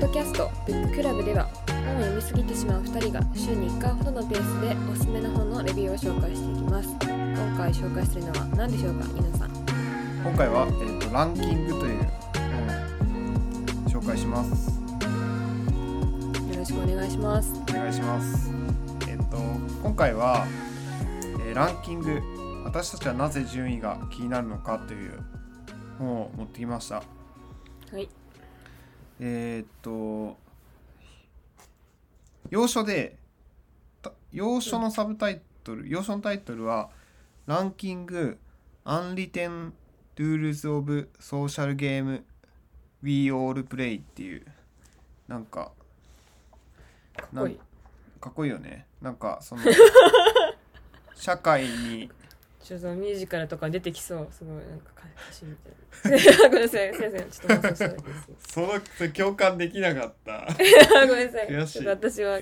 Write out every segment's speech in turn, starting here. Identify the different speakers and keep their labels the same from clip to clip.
Speaker 1: ドキャスト「ブッククラブ」では本を読みすぎてしまう2人が週に1回ほどのペースでおすすめの本のレビューを紹介していきます今回紹介するのは何でしょうか皆さん
Speaker 2: 今回は、えー、とランキングという本を紹介します
Speaker 1: よろしくお願いします
Speaker 2: お願いしますえっ、と今回は、えーランキング私たちはなぜ順位が気になるのかという本を持ってきました
Speaker 1: はい
Speaker 2: えーっと要所でた要所のサブタイトル、要所のタイトルは「ランキング・アンリテン・ルールズ・オブ・ソーシャル・ゲーム・ We All Play」っていうなんかかっ
Speaker 1: こいい
Speaker 2: かっこいいよねなんかそ の社会に
Speaker 1: ちょっとミュージカルとか出てきそうすごいなんか歌詞みたいな ごめんなさい先生ちょっと放送したいです
Speaker 2: その共感できなかった
Speaker 1: ごめんなさい
Speaker 2: 悔しい
Speaker 1: ちょっと 私は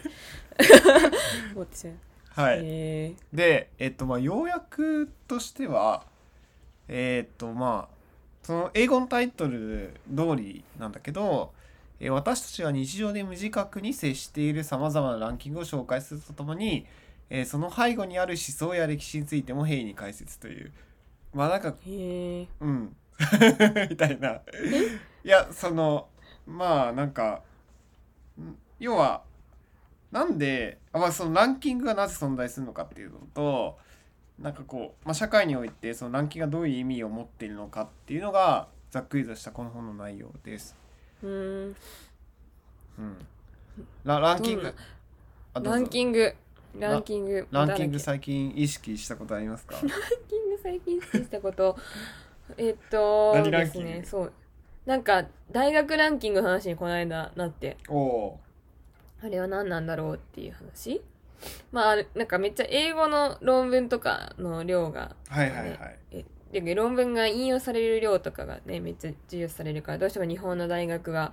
Speaker 1: 持ってしまう
Speaker 2: はい、
Speaker 1: え
Speaker 2: で、えっと、まあ、要約としては、えっと、まあ、その英語のタイトル通りなんだけど、えー私たちが日常で無自覚に接しているさまざまなランキングを紹介するとともに、えーその背後にある思想や歴史についても平易に解説という、まあなんか、
Speaker 1: ー、えー
Speaker 2: うん、 みたいな。いや、その、まあなんか、ん要は、なんで、あまあ、そのランキングがなぜ存在するのかっていうのと、なんかこう、まあ、社会においてそのランキングがどういう意味を持っているのかっていうのが、ざっくりとしたこの本の内容です。
Speaker 1: うーん
Speaker 2: うん、ラランキン
Speaker 1: どん
Speaker 2: グ
Speaker 1: な、
Speaker 2: あどうぞ
Speaker 1: ランキングランキング
Speaker 2: ランキング
Speaker 1: ラン
Speaker 2: 最近意識したことあ りますか
Speaker 1: キング最近好きしたこと えっと
Speaker 2: 何ランキング
Speaker 1: ですねそうなんか大学ランキングの話にこの間なって
Speaker 2: おお
Speaker 1: あれは何なんだろうっていう話まあなんかめっちゃ英語の論文とかの量が
Speaker 2: ー、はいはいはい。
Speaker 1: えで論文が引用される量とかがねめっちゃ重要視されるからどうしても日本の大学が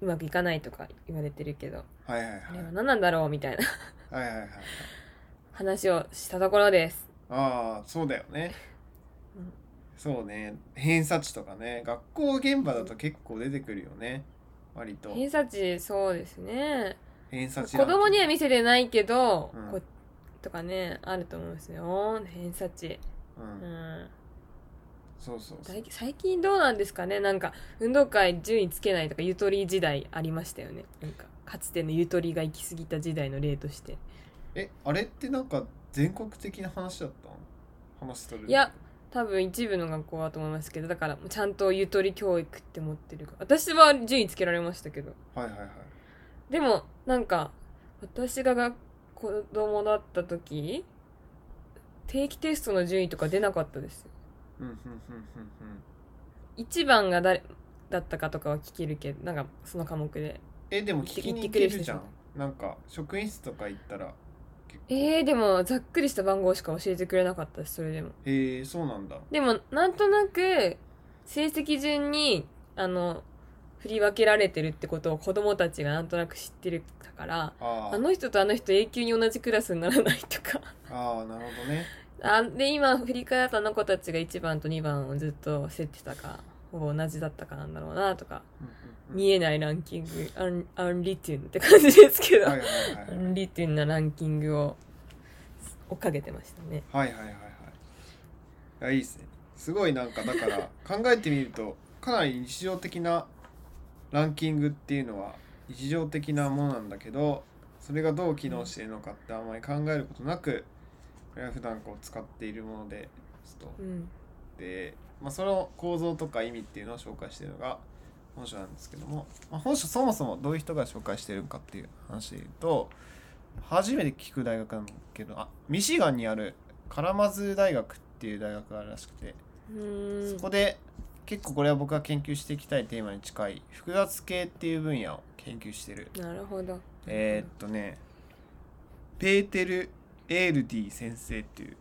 Speaker 1: うまくいかないとか言われてるけど
Speaker 2: はいはいはい。
Speaker 1: あれは何なんだろうみたいな
Speaker 2: はいはいはい。
Speaker 1: 話をしたところです
Speaker 2: ああそうだよね、
Speaker 1: うん
Speaker 2: そうね偏差値とかね学校現場だと結構出てくるよね割と
Speaker 1: 偏差値そうですね
Speaker 2: 偏差値
Speaker 1: 子供には見せてないけど、
Speaker 2: うん
Speaker 1: ことかねあると思うんですよ偏差値、
Speaker 2: う、
Speaker 1: うんん、
Speaker 2: そうそうそう
Speaker 1: 最最近どうなんですかねなんか運動会順位つけないとかゆとり時代ありましたよねなんかかつてのゆとりが行き過ぎた時代の例として
Speaker 2: えあれってなんか全国的な話だったの話しとる
Speaker 1: いや多分一部の学校だと思いますけどだからちゃんとゆとり教育って持ってるから私は順位つけられましたけど
Speaker 2: はいはいはい
Speaker 1: でもなんか私がが子供だった時定期テストの順位とか出なかったです
Speaker 2: うんうんうんうんうん
Speaker 1: 1番が誰だったかとかは聞けるけどなんかその科目で
Speaker 2: えでも聞きに行けるじゃんなんか職員室とか行ったら結構
Speaker 1: えー、でもざっくりした番号しか教えてくれなかったしそれでも
Speaker 2: へえそうなんだ
Speaker 1: でもなんとなく成績順にあの振り分けられてるってことを子供たちがなんとなく知ってるから
Speaker 2: あー
Speaker 1: あの人とあの人永久に同じクラスにならないとか
Speaker 2: あーなるほどね
Speaker 1: あで今振り返ったあの子たちが1番と2番をずっと競ってたかほぼ同じだったかなんだろうなとか
Speaker 2: うんうんうん
Speaker 1: 見えないランキングアンアンリテュンって感じですけど、
Speaker 2: はいはいはい
Speaker 1: アンリテュンなランキングを追っかけてましたね。
Speaker 2: はいはいはいはい。いやいいですね。すごいなんかだから考えてみるとかなり日常的なランキングっていうのは日常的なものなんだけどそれがどう機能しているのかってあんまり考えることなくこれは普段こう使っているものでちょっ
Speaker 1: う
Speaker 2: と
Speaker 1: ん、
Speaker 2: で、まあ、その構造とか意味っていうのを紹介しているのが本書なんですけども、まあ、本書そもそもどういう人が紹介しているのかっていう話で言うと初めて聞く大学なんだけどあミシガンにあるカラマズ大学っていう大学があるらしくて
Speaker 1: うーん
Speaker 2: そこで結構これは僕が研究していきたいテーマに近い複雑系っていう分野を研究してる
Speaker 1: なるほど。
Speaker 2: えーっとねペーテル・エールディ先生っていう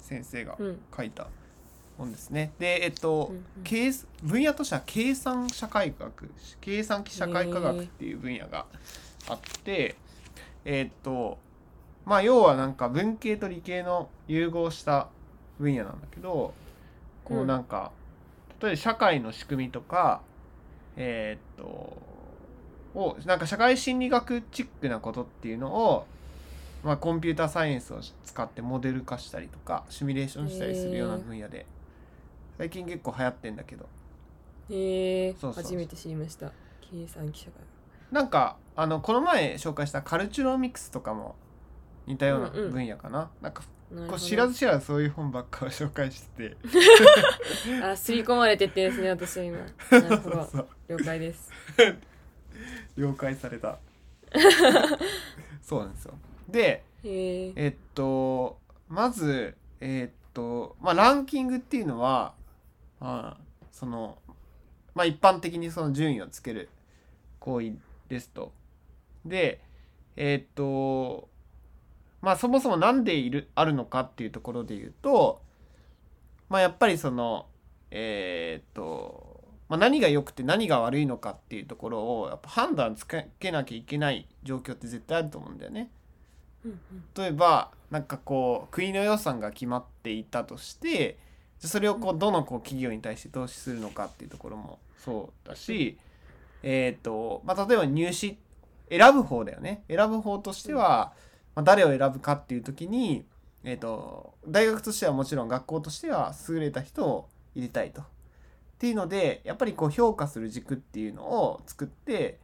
Speaker 2: 先生が
Speaker 1: うん
Speaker 2: 書いた本ですね。でえっと、
Speaker 1: うんうん
Speaker 2: 計す分野としては計算社会学計算機社会科学っていう分野があって、えっとまあ要はなんか文系と理系の融合した分野なんだけどこ
Speaker 1: う
Speaker 2: うんなんか、例えば社会の仕組みとかえっとをなんか社会心理学チックなことっていうのを、まあ、コンピューターサイエンスを使ってモデル化したりとかシミュレーションしたりするような分野で、最近結構流行ってんだけど
Speaker 1: へえ
Speaker 2: そうそうそう
Speaker 1: 初めて知りました計算記者が
Speaker 2: なんかあのこの前紹介したカルチュロミクスとかも似たような
Speaker 1: うんうん
Speaker 2: 分野かな、なんか
Speaker 1: なるほ
Speaker 2: こう
Speaker 1: ど
Speaker 2: 知らず知らずそういう本ばっかを紹介してて
Speaker 1: あ刷り込まれてってですね私は 今なるほど
Speaker 2: そう
Speaker 1: 了解です
Speaker 2: 了解されたそうなんですよで
Speaker 1: へえ
Speaker 2: えっとまずえっとまあランキングっていうのはまあそのまあ一般的にその順位をつける行為ですと。でえっとまあそもそもなんでいるあるのかっていうところで言うとまあやっぱりそのえっとまあ、何が良くて何が悪いのかっていうところをやっぱ判断つけなきゃいけない状況って絶対あると思うんだよね。
Speaker 1: うん
Speaker 2: 例えばなんかこう国の予算が決まっていたとしてじゃあそれをこうどのこう企業に対して投資するのかっていうところもそうだし、えーとまあ、例えば入試選ぶ方だよね選ぶ方としては、まあ、誰を選ぶかっていう時に、えー、と大学としてはもちろん学校としては優れた人を入れたいと。っていうのでやっぱりこう評価する軸っていうのを作って、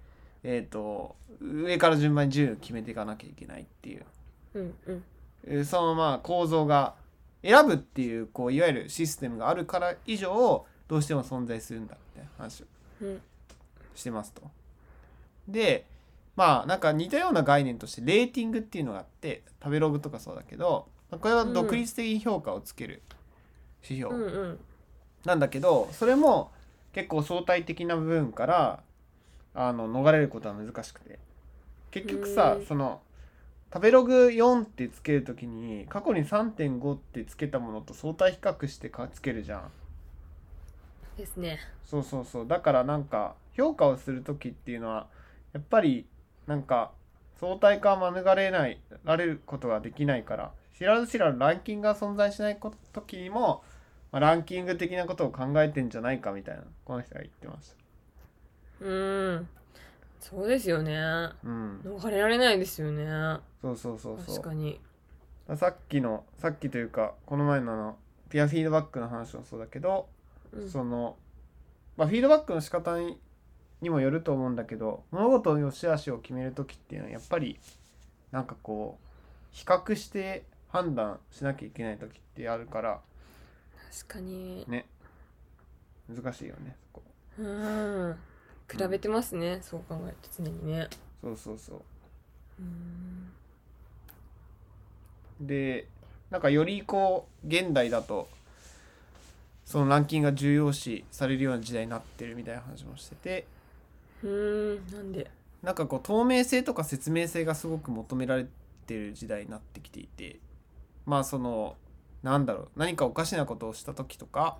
Speaker 2: えー、と上から順番に順位を決めていかなきゃいけないっていう
Speaker 1: うんうんうん
Speaker 2: えーそのまあ構造が選ぶっていうこういわゆるシステムがあるから以上どうしても存在するんだって話を
Speaker 1: うん
Speaker 2: してますと。でまあなんか似たような概念としてレーティングっていうのがあって食べログとかそうだけどまあこれは独立的に評価をつける指標
Speaker 1: うんうん
Speaker 2: なんだけどそれも結構相対的な部分からあの逃れることは難しくて結局さ
Speaker 1: うん
Speaker 2: その食べログ4ってつけるときに過去に3.5ってつけたものと相対比較してかつけるじゃん
Speaker 1: ですね
Speaker 2: そうそうそうだからなんか評価をする時っていうのはやっぱりなんか相対化は免れないられることができないから知らず知らずランキングが存在しないこと時にも、まあ、ランキング的なことを考えてんじゃないかみたいなこの人が言ってまし
Speaker 1: うんそうですよね
Speaker 2: たうん
Speaker 1: 逃れられないですよね
Speaker 2: そうそうそうそう
Speaker 1: 確かに
Speaker 2: さっきのさっきというかこの前のあのピアフィードバックの話もそうだけど
Speaker 1: うん
Speaker 2: その、まあ、フィードバックの仕方ににもよると思うんだけど物事の良し悪しを決める時っていうのはやっぱりなんかこう比較して判断しなきゃいけない時ってあるから
Speaker 1: 確かに
Speaker 2: ね難しいよねそこ
Speaker 1: うん比べてますね、そう考えると常にね
Speaker 2: そうそうそう
Speaker 1: うん
Speaker 2: でなんかよりこう現代だとそのランキングが重要視されるような時代になってるみたいな話もしてて
Speaker 1: うんなんで
Speaker 2: なんかこう透明性とか説明性がすごく求められてる時代になってきていてまあそのなんだろう何かおかしなことをした時とか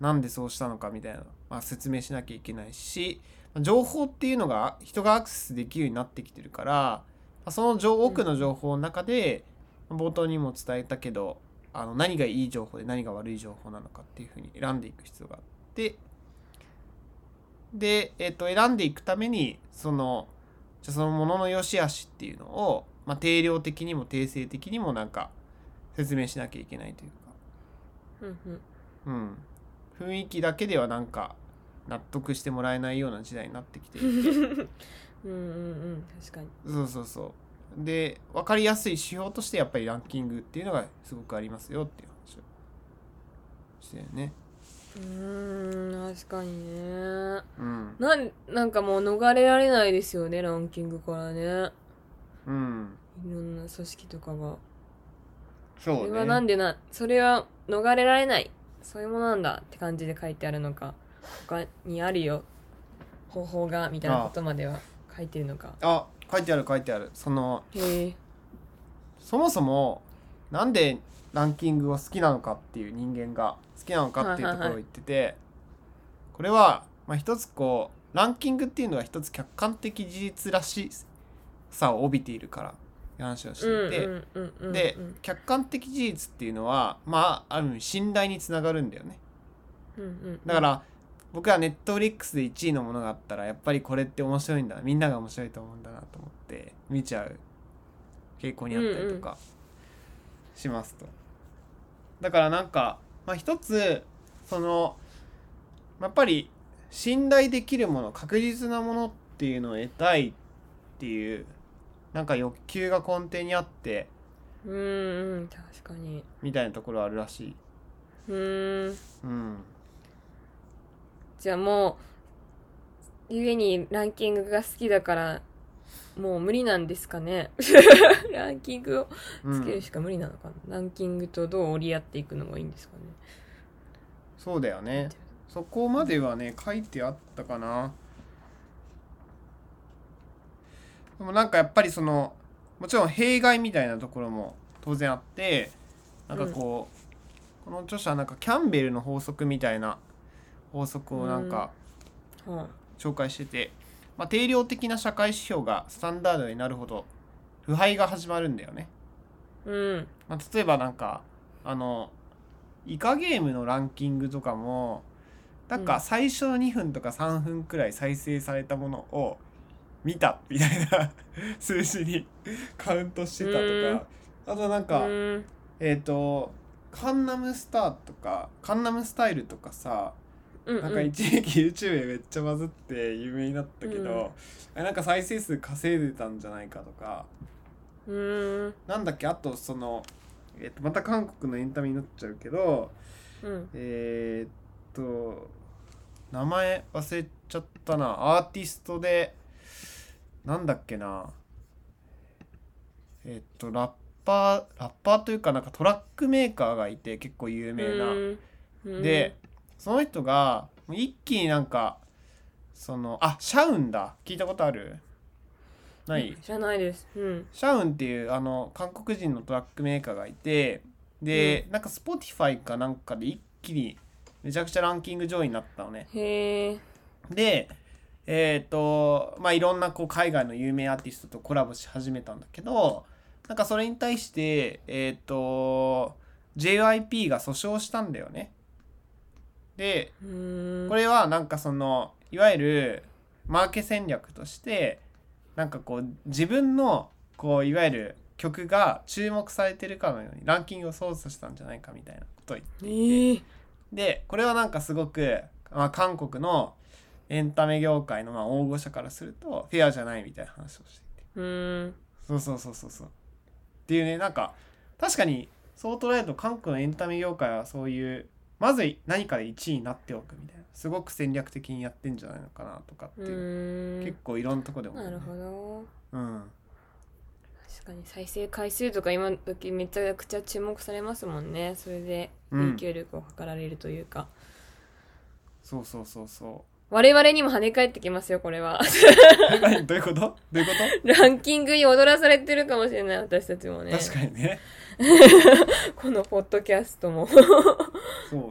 Speaker 2: なんでそうしたのかみたいな、まあ、説明しなきゃいけないし情報っていうのが人がアクセスできるようになってきてるからまあその情多くの情報の中で冒頭にも伝えたけどあの何がいい情報で何が悪い情報なのかっていうふうに選んでいく必要があってで、えっと選んでいくためにそのじゃあそのものの良し悪しっていうのを、まあ、定量的にも定性的にもなんか説明しなきゃいけないというか
Speaker 1: うんうん
Speaker 2: うん、雰囲気だけではなんか納得してもらえないような時代になってき て
Speaker 1: うんうんうん確かに
Speaker 2: そうそうそうで分かりやすい指標としてやっぱりランキングっていうのがすごくありますよっていう話をしてるね
Speaker 1: うん確かにね
Speaker 2: うん
Speaker 1: なんなんかもう逃れられないですよねランキングからね
Speaker 2: うん
Speaker 1: いろんな組織とかが
Speaker 2: そう
Speaker 1: そ
Speaker 2: ね
Speaker 1: れはなんでなそれは逃れられないそういうものなんだって感じで書いてあるのか他にあるよ方法がみたいなことまでは書いてるのか
Speaker 2: あ書いてある書いてあるその
Speaker 1: へえ
Speaker 2: そもそもなんでランキングを好きなのかっていう人間が好きなのかっていうところを言ってて、これは、まあ、一つこうランキングっていうのは一つ客観的事実らしさを帯びているからって話をして
Speaker 1: うんう
Speaker 2: い
Speaker 1: ん
Speaker 2: て、
Speaker 1: うんうんうん
Speaker 2: で客観的事実っていうのはまあある意味信頼につながるんだよね。
Speaker 1: うんうん
Speaker 2: だから僕はネットフリックスで1位のものがあったらやっぱりこれって面白いんだみんなが面白いと思うんだなと思って見ちゃう傾向にあったりとかしますと。だからなんか、まあ、一つそのやっぱり信頼できるもの確実なものっていうのを得たいっていうなんか欲求が根底にあって
Speaker 1: うんうん確かに
Speaker 2: みたいなところあるらしい。
Speaker 1: うーん
Speaker 2: うん、
Speaker 1: じゃあもう故にランキングが好きだからもう無理なんですかね ランキングを
Speaker 2: う
Speaker 1: つける
Speaker 2: ん、
Speaker 1: しか無理なのかな、ランキングとどう折り合っていくのがいいんですか
Speaker 2: そうだよ
Speaker 1: ね
Speaker 2: ね。そこまではね書いてあったかなでもなんかやっぱりそのもちろん弊害みたいなところも当然あってなんかこう、この著者はなんかキャンベルの法則みたいな法則をなんか
Speaker 1: は
Speaker 2: 紹介してて、まあ、定量的な社会指標がスタンダードになるほど腐敗が始まるんだよね。
Speaker 1: いうん
Speaker 2: まあ、例えばなんかあのイカゲームのランキングとかもなん
Speaker 1: う
Speaker 2: か
Speaker 1: ん
Speaker 2: 最初の2分とか3分くらい再生されたものを見たみたいな 数字にカウントしてたとかあとなんか、
Speaker 1: うん
Speaker 2: えっ、と「カンナムスター」とか「カンナムスタイル」とかさ
Speaker 1: うん
Speaker 2: なんか一時期 YouTube でめっちゃバズって有名になったけど、あなんか再生数稼いでたんじゃないかとか。
Speaker 1: うん
Speaker 2: なんだっけあとその、えっとまた韓国のエンタメになっちゃうけど
Speaker 1: うん
Speaker 2: えーっと名前忘れちゃったなアーティストでなんだっけなえっとラッパーラッパーというかなんかトラックメーカーがいて結構有名な。
Speaker 1: うん
Speaker 2: でその人が一気になんかそのあシャウンだ聞いたことあるない
Speaker 1: 知らないですうん
Speaker 2: シャウンっていうあの韓国人のトラックメーカーがいてで、なんか Spotify かなんかで一気にめちゃくちゃランキング上位になったのね
Speaker 1: へえ
Speaker 2: でえっ、とまあいろんなこう海外の有名アーティストとコラボし始めたんだけどなんかそれに対してえっ、と JYP が訴訟したんだよねで
Speaker 1: うん
Speaker 2: これはなんかそのいわゆるマーケ戦略としてなんかこう自分のこういわゆる曲が注目されてるかのようにランキングを操作したんじゃないかみたいなことを言って
Speaker 1: ええ
Speaker 2: でこれはなんかすごく、まあ、韓国のエンタメ業界のまあ大御所からするとフェアじゃないみたいな話をしていて
Speaker 1: うん
Speaker 2: そうそうそうそうそうっていうねなんか確かにそう捉えると韓国のエンタメ業界はそういうまず何かで1位になっておくみたいなすごく戦略的にやってんじゃないのかなとかって
Speaker 1: う
Speaker 2: いう、
Speaker 1: ん
Speaker 2: 結構いろんなとこで思う、
Speaker 1: なるほど
Speaker 2: うん
Speaker 1: 確かに再生回数とか今時めちゃくちゃ注目されますもんねそれで
Speaker 2: うん
Speaker 1: 影響力を図られるというか、
Speaker 2: そうそうそう そ
Speaker 1: 我々にも跳ね返ってきますよこれは
Speaker 2: う何どういうこと どういうこ
Speaker 1: ランキングに踊らされてるかもしれない私たちも
Speaker 2: と
Speaker 1: ね
Speaker 2: 確かにね
Speaker 1: このポッドキャストも
Speaker 2: そう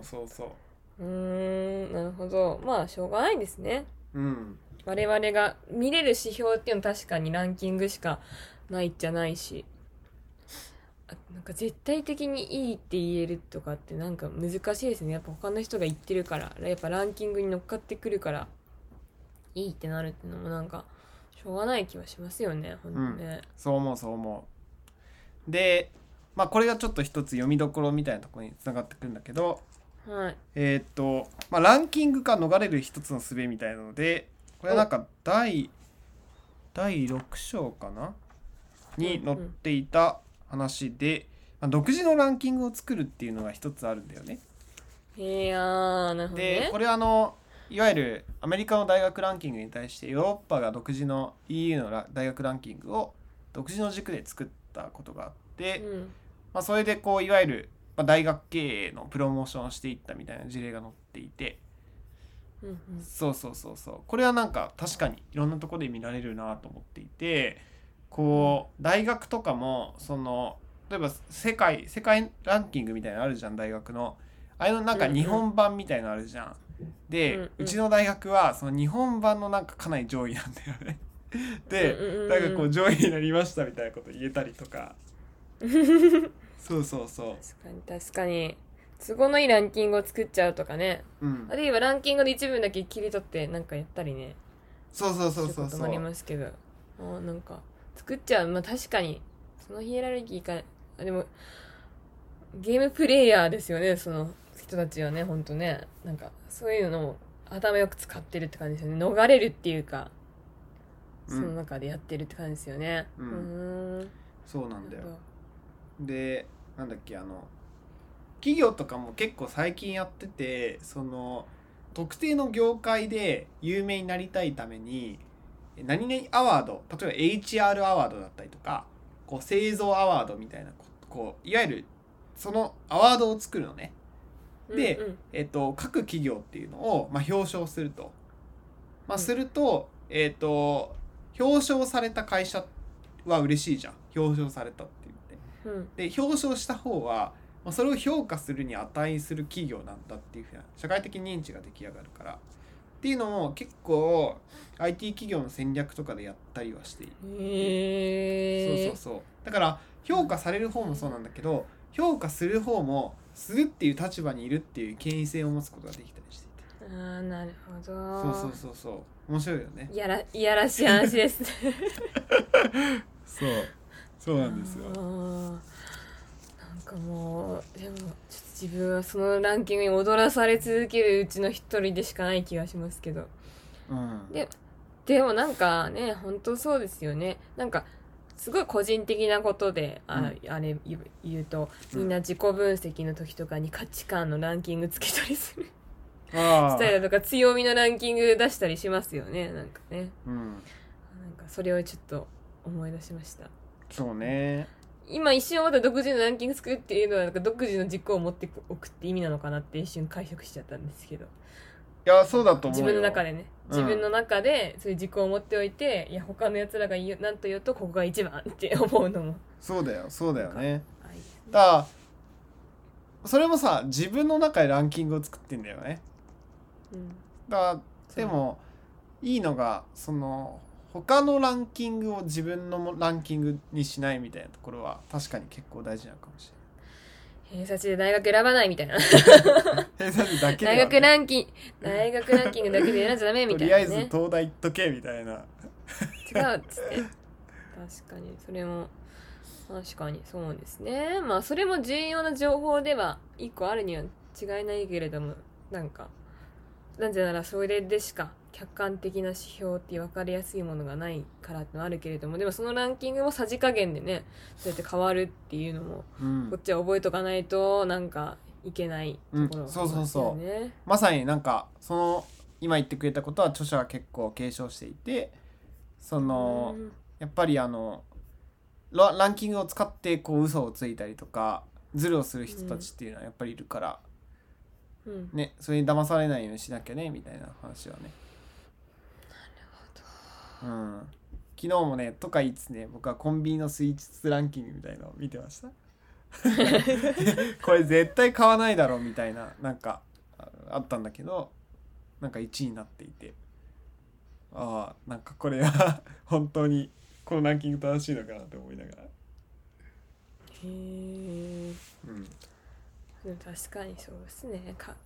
Speaker 2: そうそう
Speaker 1: ーんなるほどまあしょうがないですね
Speaker 2: ううん
Speaker 1: 我々が見れる指標っていうのは確かにランキングしかないじゃないしあなんか絶対的にいいって言えるとかってなんか難しいですねやっぱ他の人が言ってるからやっぱランキングに乗っかってくるからいいってなるっていうのもなんかしょうがない気はしますよね本当ね、
Speaker 2: そう思うそう思うでまあこれがちょっと一つ読みどころみたいなところにつながってくるんだけど
Speaker 1: はい
Speaker 2: えーっと、まあ、ランキングから逃れる一つの術みたいなのでこれはなんか第第6章かなに載っていた話で、まあ、独自のランキングを作るっていうのが一つあるんだよね。
Speaker 1: へえあーなるほど
Speaker 2: で
Speaker 1: ね
Speaker 2: これはあのいわゆるアメリカの大学ランキングに対してヨーロッパが独自の EU のラ大学ランキングを独自の軸で作ったことがあって。
Speaker 1: うん
Speaker 2: まあ、それでこういわゆる、まあ、大学経営のプロモーションをしていったみたいな事例が載っていて
Speaker 1: うんうん
Speaker 2: そうそうそうそうこれはなんか確かにいろんなとこで見られるなと思っていてこう大学とかもその例えば世界世界ランキングみたいなのあるじゃん大学のあれのなんか
Speaker 1: うんうん
Speaker 2: 日本版みたいなのあるじゃん。で、
Speaker 1: う
Speaker 2: うん
Speaker 1: うん
Speaker 2: ちの大学はその日本版のなんかかなり上位なんだよ ね。で、
Speaker 1: うんうんうん
Speaker 2: なんかこう上位になりましたみ たいなこと言えたりとかそうそうそう
Speaker 1: 確かに確かに都合のいいランキングを作っちゃうとかね
Speaker 2: うん
Speaker 1: あ、るいはランキングの一部だけ切り取ってなんかやったりね
Speaker 2: そうそうそうそう
Speaker 1: すること
Speaker 2: そ
Speaker 1: もあり
Speaker 2: う
Speaker 1: ますけどあーなんか作っちゃうまあ確かにそのヒエラルキーかあでもゲームプレイヤーですよねその人たちはねほんとねなんかそういうのを頭よく使ってるって感じですよね逃れるっていうか
Speaker 2: う
Speaker 1: その
Speaker 2: ん
Speaker 1: 中でやってるって感じですよね
Speaker 2: う
Speaker 1: うんーん
Speaker 2: そうな
Speaker 1: なんん
Speaker 2: だ
Speaker 1: だ
Speaker 2: よでなんだっけあの企業とかも結構最近やっててその特定の業界で有名になりたいために何々アワード例えば HR アワードだったりとかこう製造アワードみたいなここういわゆるそのアワードを作るのね、で
Speaker 1: うんうん
Speaker 2: えっと各企業っていうのを、まあ、表彰すると、まあ、
Speaker 1: うん
Speaker 2: すると,、えっと表彰された会社は嬉しいじゃん表彰されたって言って。
Speaker 1: うん
Speaker 2: で表彰した方はまあそれを評価するに値する企業なんだっていうふうな社会的認知が出来上がるからっていうのも結構 IT 企業の戦略とかでやったりはしている、
Speaker 1: へえ
Speaker 2: そうそうそうだから評価される方もそうなんだけど評価する方もするっていう立場にいるっていう権威性を持つことができたりしていて
Speaker 1: あーなるほど
Speaker 2: そうそうそうそう面白いよね
Speaker 1: いやらいやらしい話ですね
Speaker 2: そうそうなんですよ
Speaker 1: あーなんかもうでもちょっと自分はそのランキングに踊らされ続けるうちの一人でしかない気がしますけど
Speaker 2: うん
Speaker 1: ででもなんかね本当そうですよねなんかすごい個人的なことで、ああれ言う言うとみんな自己分析の時とかに価値観のランキングつけたりする
Speaker 2: あ
Speaker 1: スタイ
Speaker 2: ー
Speaker 1: ルとか強みのランキング出したりしますよねなんかね
Speaker 2: うん
Speaker 1: なんかそれをちょっと思い出しました
Speaker 2: そうね
Speaker 1: 今一瞬また独自のランキング作るっていうのはなんか独自の軸を持っておくって意味なのかなって一瞬解釈しちゃったんですけど
Speaker 2: いやそうだと思
Speaker 1: 自
Speaker 2: うよ
Speaker 1: 分の中でね、
Speaker 2: うん
Speaker 1: 自分の中でそういう軸を持っておいていや他のやつらが言うなんと言うとここが一番って思うのも
Speaker 2: そうだよそうだよね
Speaker 1: あいいですね
Speaker 2: だからそれもさ自分の中でランキングを作ってんだよね
Speaker 1: うん
Speaker 2: だからでもいいのがその他のランキングを自分のランキングにしないみたいなところは確かに結構大事なのかもし
Speaker 1: 偏差値で大学選ばないみたい な
Speaker 2: れない。偏差値だけで
Speaker 1: 大
Speaker 2: はね
Speaker 1: 学ランキング大学ランキングだけで選んじゃダメみ
Speaker 2: と
Speaker 1: たい
Speaker 2: りあ
Speaker 1: な
Speaker 2: えず
Speaker 1: ね
Speaker 2: 東大行っとけみたい
Speaker 1: 違
Speaker 2: な。
Speaker 1: うっつって確かにそれも確かにそうですねまあそれも重要な情報では一個あるには違いないけれどもなんかなぜならそれでしか客観的な指標って分かりやすいものがないからってのはあるけれどもでもそのランキングもさじ加減でねそうやって変わるっていうのも
Speaker 2: うん
Speaker 1: こっちは覚えとかないとなんかいけないところ
Speaker 2: うんそうそうそ
Speaker 1: あ
Speaker 2: う
Speaker 1: りますよね
Speaker 2: まさになんかその今言ってくれたことは著者は結構継承していてその
Speaker 1: うん
Speaker 2: やっぱりあのラランキングを使ってこう嘘をついたりとかズルをする人たちっていうのはやっぱりいるか
Speaker 1: う
Speaker 2: ら、
Speaker 1: ん
Speaker 2: ねそれに騙されないようにしなきゃねみたいな話はね。うん、昨日もねとか言いつつね僕はコンビニのスイーツランキングみたいのを見てましたこれ絶対買わないだろうみたいななんかああったんだけどなんか1位になっていてああなんかこれは 本当にこのランキング正しいのかなって思いながら、
Speaker 1: へえ
Speaker 2: う
Speaker 1: で
Speaker 2: ん、
Speaker 1: も確かにそうですねかね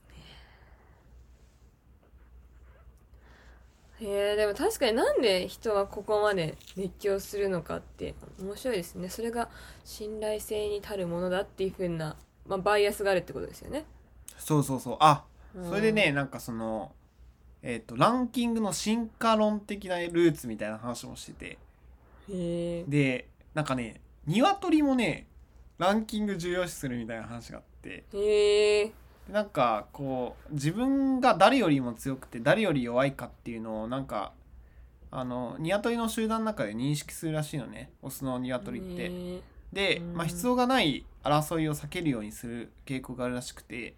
Speaker 1: へえでも確かになんで人はここまで熱狂するのかって面白いですねそれが信頼性に足るものだっていうふうな、まあ、バイアスがあるってことですよね
Speaker 2: そうそうそうあ
Speaker 1: うん
Speaker 2: それでねなんかそのえっ、とランキングの進化論的なルーツみたいな話もしてて
Speaker 1: へえ
Speaker 2: でなんかね鶏もねランキング重要視するみたいな話があって
Speaker 1: へえ
Speaker 2: なんかこう自分が誰よりも強くて誰より弱いかっていうのをなんかあの鶏の集団の中で認識するらしいのねオスの鶏って。
Speaker 1: へえ
Speaker 2: で、
Speaker 1: うん
Speaker 2: まあ、必要がない争いを避けるようにする傾向があるらしくて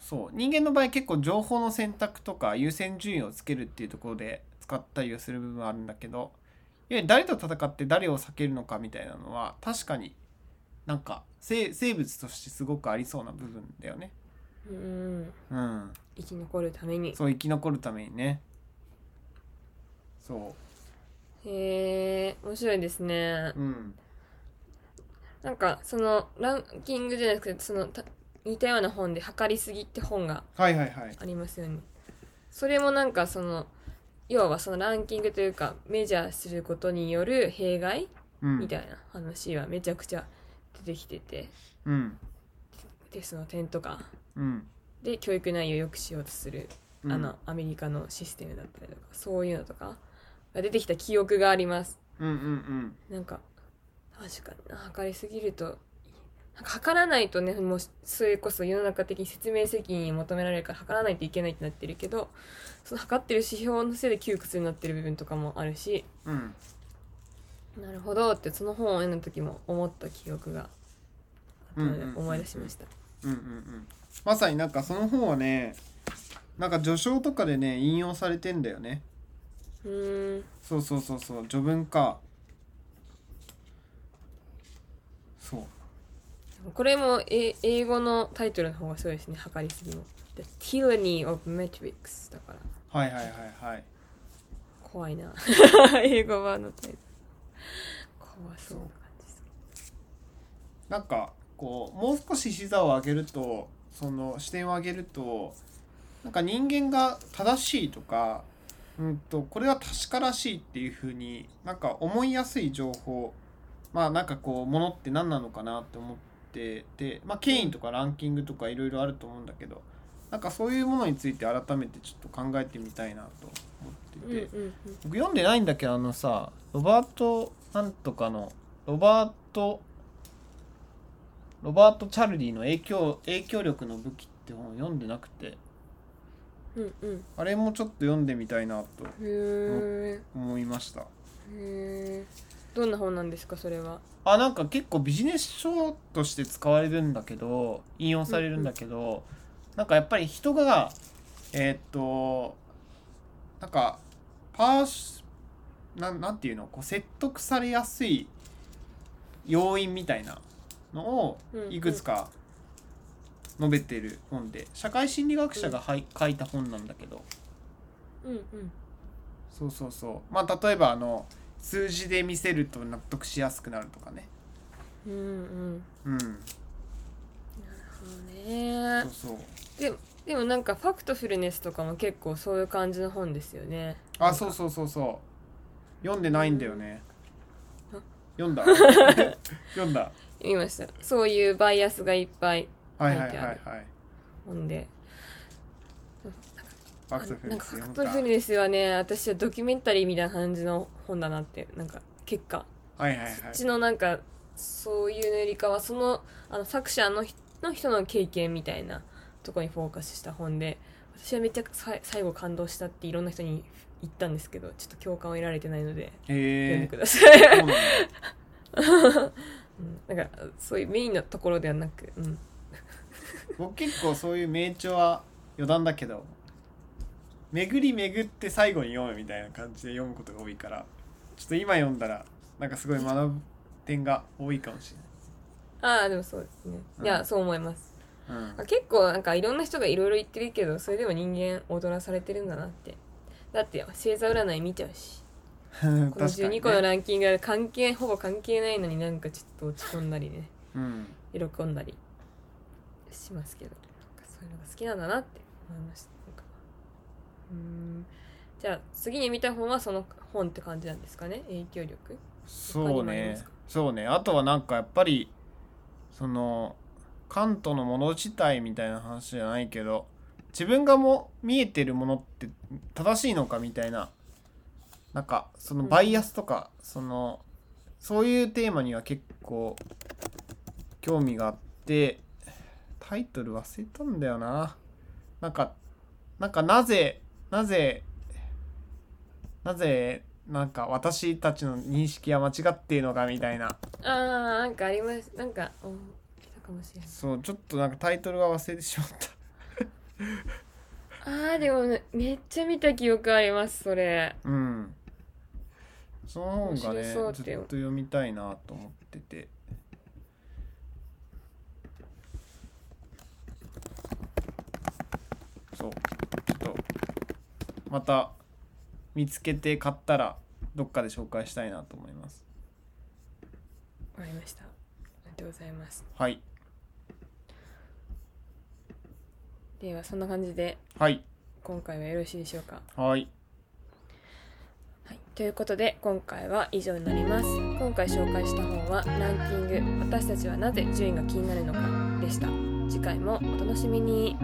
Speaker 2: そう人間の場合結構情報の選択とか優先順位をつけるっていうところで使ったりはする部分はあるんだけどいわゆる誰と戦って誰を避けるのかみたいなのは確かになんか生生物としてすごくありそうな部分だよね。
Speaker 1: うん
Speaker 2: うん、
Speaker 1: 生き残るために
Speaker 2: そう生き残るためにね。そ
Speaker 1: へえ面白いですね
Speaker 2: う、うん、
Speaker 1: なんかそのランキングじゃなくてそのた似たような本で「測りすぎ」って本が
Speaker 2: はいはいはい
Speaker 1: ありますよね。それもなんかその要はそのランキングというかメジャーすることによる弊害
Speaker 2: うん
Speaker 1: みたいな話はめちゃくちゃ出てきてて
Speaker 2: うん
Speaker 1: テストの点とか
Speaker 2: うん
Speaker 1: で教育内容を良くしようとする、
Speaker 2: うん
Speaker 1: あのアメリカのシステムだったりとかそういうのとかが出てきた記憶があります。
Speaker 2: うんうんうん
Speaker 1: なんか確かにな測りすぎるとなんか測らないとねもうそれこそ世の中的に説明責任を求められるから測らないといけないってなってるけどその測ってる指標のせいで窮屈になってる部分とかもあるし
Speaker 2: うん
Speaker 1: なるほどってその本を読んだ時も思った記憶が後で思い出しました。
Speaker 2: うんうんうんまさになんかその本はねなんか序章とかでね引用されてんだよね
Speaker 1: うーん
Speaker 2: そうそうそうそう序文かそう
Speaker 1: これもえ英語のタイトルの方がすごいですね測りすぎも。The Tyranny of Metrics だから
Speaker 2: はいはいはいはい
Speaker 1: 怖いな 英語版のタイトル怖そうな感じです
Speaker 2: なんかこうもう少し視座を上げるとその視点を上げるとなんか人間が正しいとか、うん、とこれは確からしいっていう風になんか思いやすい情報まあなんかこうものって何なのかなって思ってて、まあ、権威とかランキングとかいろいろあると思うんだけどなんかそういうものについて改めてちょっと考えてみたいなと思っていて。
Speaker 1: うんうんうん、
Speaker 2: 僕読んでないんだけどあのさロバートなんとかのロバートロバート・チャルディの影響「影響力の武器」って本を読んでなくて
Speaker 1: うんうん
Speaker 2: あれもちょっと読んでみたいなと
Speaker 1: へ
Speaker 2: 思いました
Speaker 1: えへえどんな本なんですかそれは
Speaker 2: あなんか結構ビジネス書として使われるんだけど引用されるんだけど、なんかやっぱり人がえーっとなんかパーシなんなんていうのこう説得されやすい要因みたいなのを
Speaker 1: うんうん
Speaker 2: いくつか述べてる本で社会心理学者がはい書いた本なんだけど
Speaker 1: うんうん
Speaker 2: そうそうそうまあ例えばあの数字で見せると納得しやすくなるとかね
Speaker 1: うんうんな
Speaker 2: うん
Speaker 1: る
Speaker 2: そ
Speaker 1: ほどね
Speaker 2: うそう
Speaker 1: ででもなんかファクトフルネスとかも結構そういう感じの本ですよね
Speaker 2: あそうそうそうそう読んでないんだよね、読んだ読ん
Speaker 1: 読
Speaker 2: だ
Speaker 1: みましたそういうバイアスがいっぱい
Speaker 2: はいはい
Speaker 1: 書
Speaker 2: は
Speaker 1: い
Speaker 2: い
Speaker 1: て
Speaker 2: は
Speaker 1: あ
Speaker 2: い
Speaker 1: る本で
Speaker 2: バクト
Speaker 1: な
Speaker 2: フル
Speaker 1: ん
Speaker 2: で
Speaker 1: か
Speaker 2: す
Speaker 1: ファ
Speaker 2: 読
Speaker 1: ク
Speaker 2: む
Speaker 1: ト
Speaker 2: か
Speaker 1: フルネスはね私はドキュメンタリーみたいな感じの本だなってなんか結果
Speaker 2: はいはいはい
Speaker 1: こっちのなんかそういうのよりかはそのあの作者の人の人の経験みたいなとこにフォーカスした本で私はめっちゃさ最後感動したっていろんな人に言ったんですけどちょっと共感を得られてないので読んで
Speaker 2: へえ
Speaker 1: ください、
Speaker 2: そう なんだ
Speaker 1: うん、なんかそういうメインのところではなく、うん、
Speaker 2: 僕結構そういう名著は余談だけど巡り巡って最後に読むみたいな感じで読むことが多いからちょっと今読んだらなんかすごい学ぶ点が多いかもし
Speaker 1: ああでもそうですねいや、そう思います
Speaker 2: れない、うん
Speaker 1: あ、結構なんかいろんな人がいろいろ言ってるけどそれでも人間踊らされてるんだなってだって星座占い見ちゃうしこの
Speaker 2: 確かに、ね、
Speaker 1: 12個のランキングは関係ほぼ関係ないのになんかちょっと落ち込んだりね
Speaker 2: うん
Speaker 1: 喜んだりしますけどなんかそういうのが好きなんだなって思いましたなんかうーんじゃあ次に見た本はその本って感じなんですかね影響力
Speaker 2: そ
Speaker 1: 他に
Speaker 2: う
Speaker 1: もありま
Speaker 2: ね
Speaker 1: すか
Speaker 2: そうねあとはなんかやっぱりそのカントのもの自体みたいな話じゃないけど自分がも見えてるものって正しいのかみたいななんかそのバイアスとか、そのそういうテーマには結構興味があってタイトル忘れたんだよななんかなんかなぜなぜなぜなんか私たちの認識は間違っているのかみたいな
Speaker 1: あーなんかありますなんかお来たかもしれない
Speaker 2: そうちょっとなんかタイトルは忘れてしまった
Speaker 1: あーでもねめっちゃ見た記憶ありますそれ
Speaker 2: うんその本がね
Speaker 1: 面
Speaker 2: ず
Speaker 1: 白そうっ
Speaker 2: ってと読みたいなと思っててそうちょっとまた見つけて買ったらどっかで紹介したいなと思います
Speaker 1: わかりましたりがとうございます
Speaker 2: はい
Speaker 1: ではそんな感じで
Speaker 2: はい
Speaker 1: 今回はよろしいでしょうか
Speaker 2: はい
Speaker 1: はい、ということで今回は以上になります今回紹介した本はランキング私たちはなぜ順位が気になるのかでした次回もお楽しみに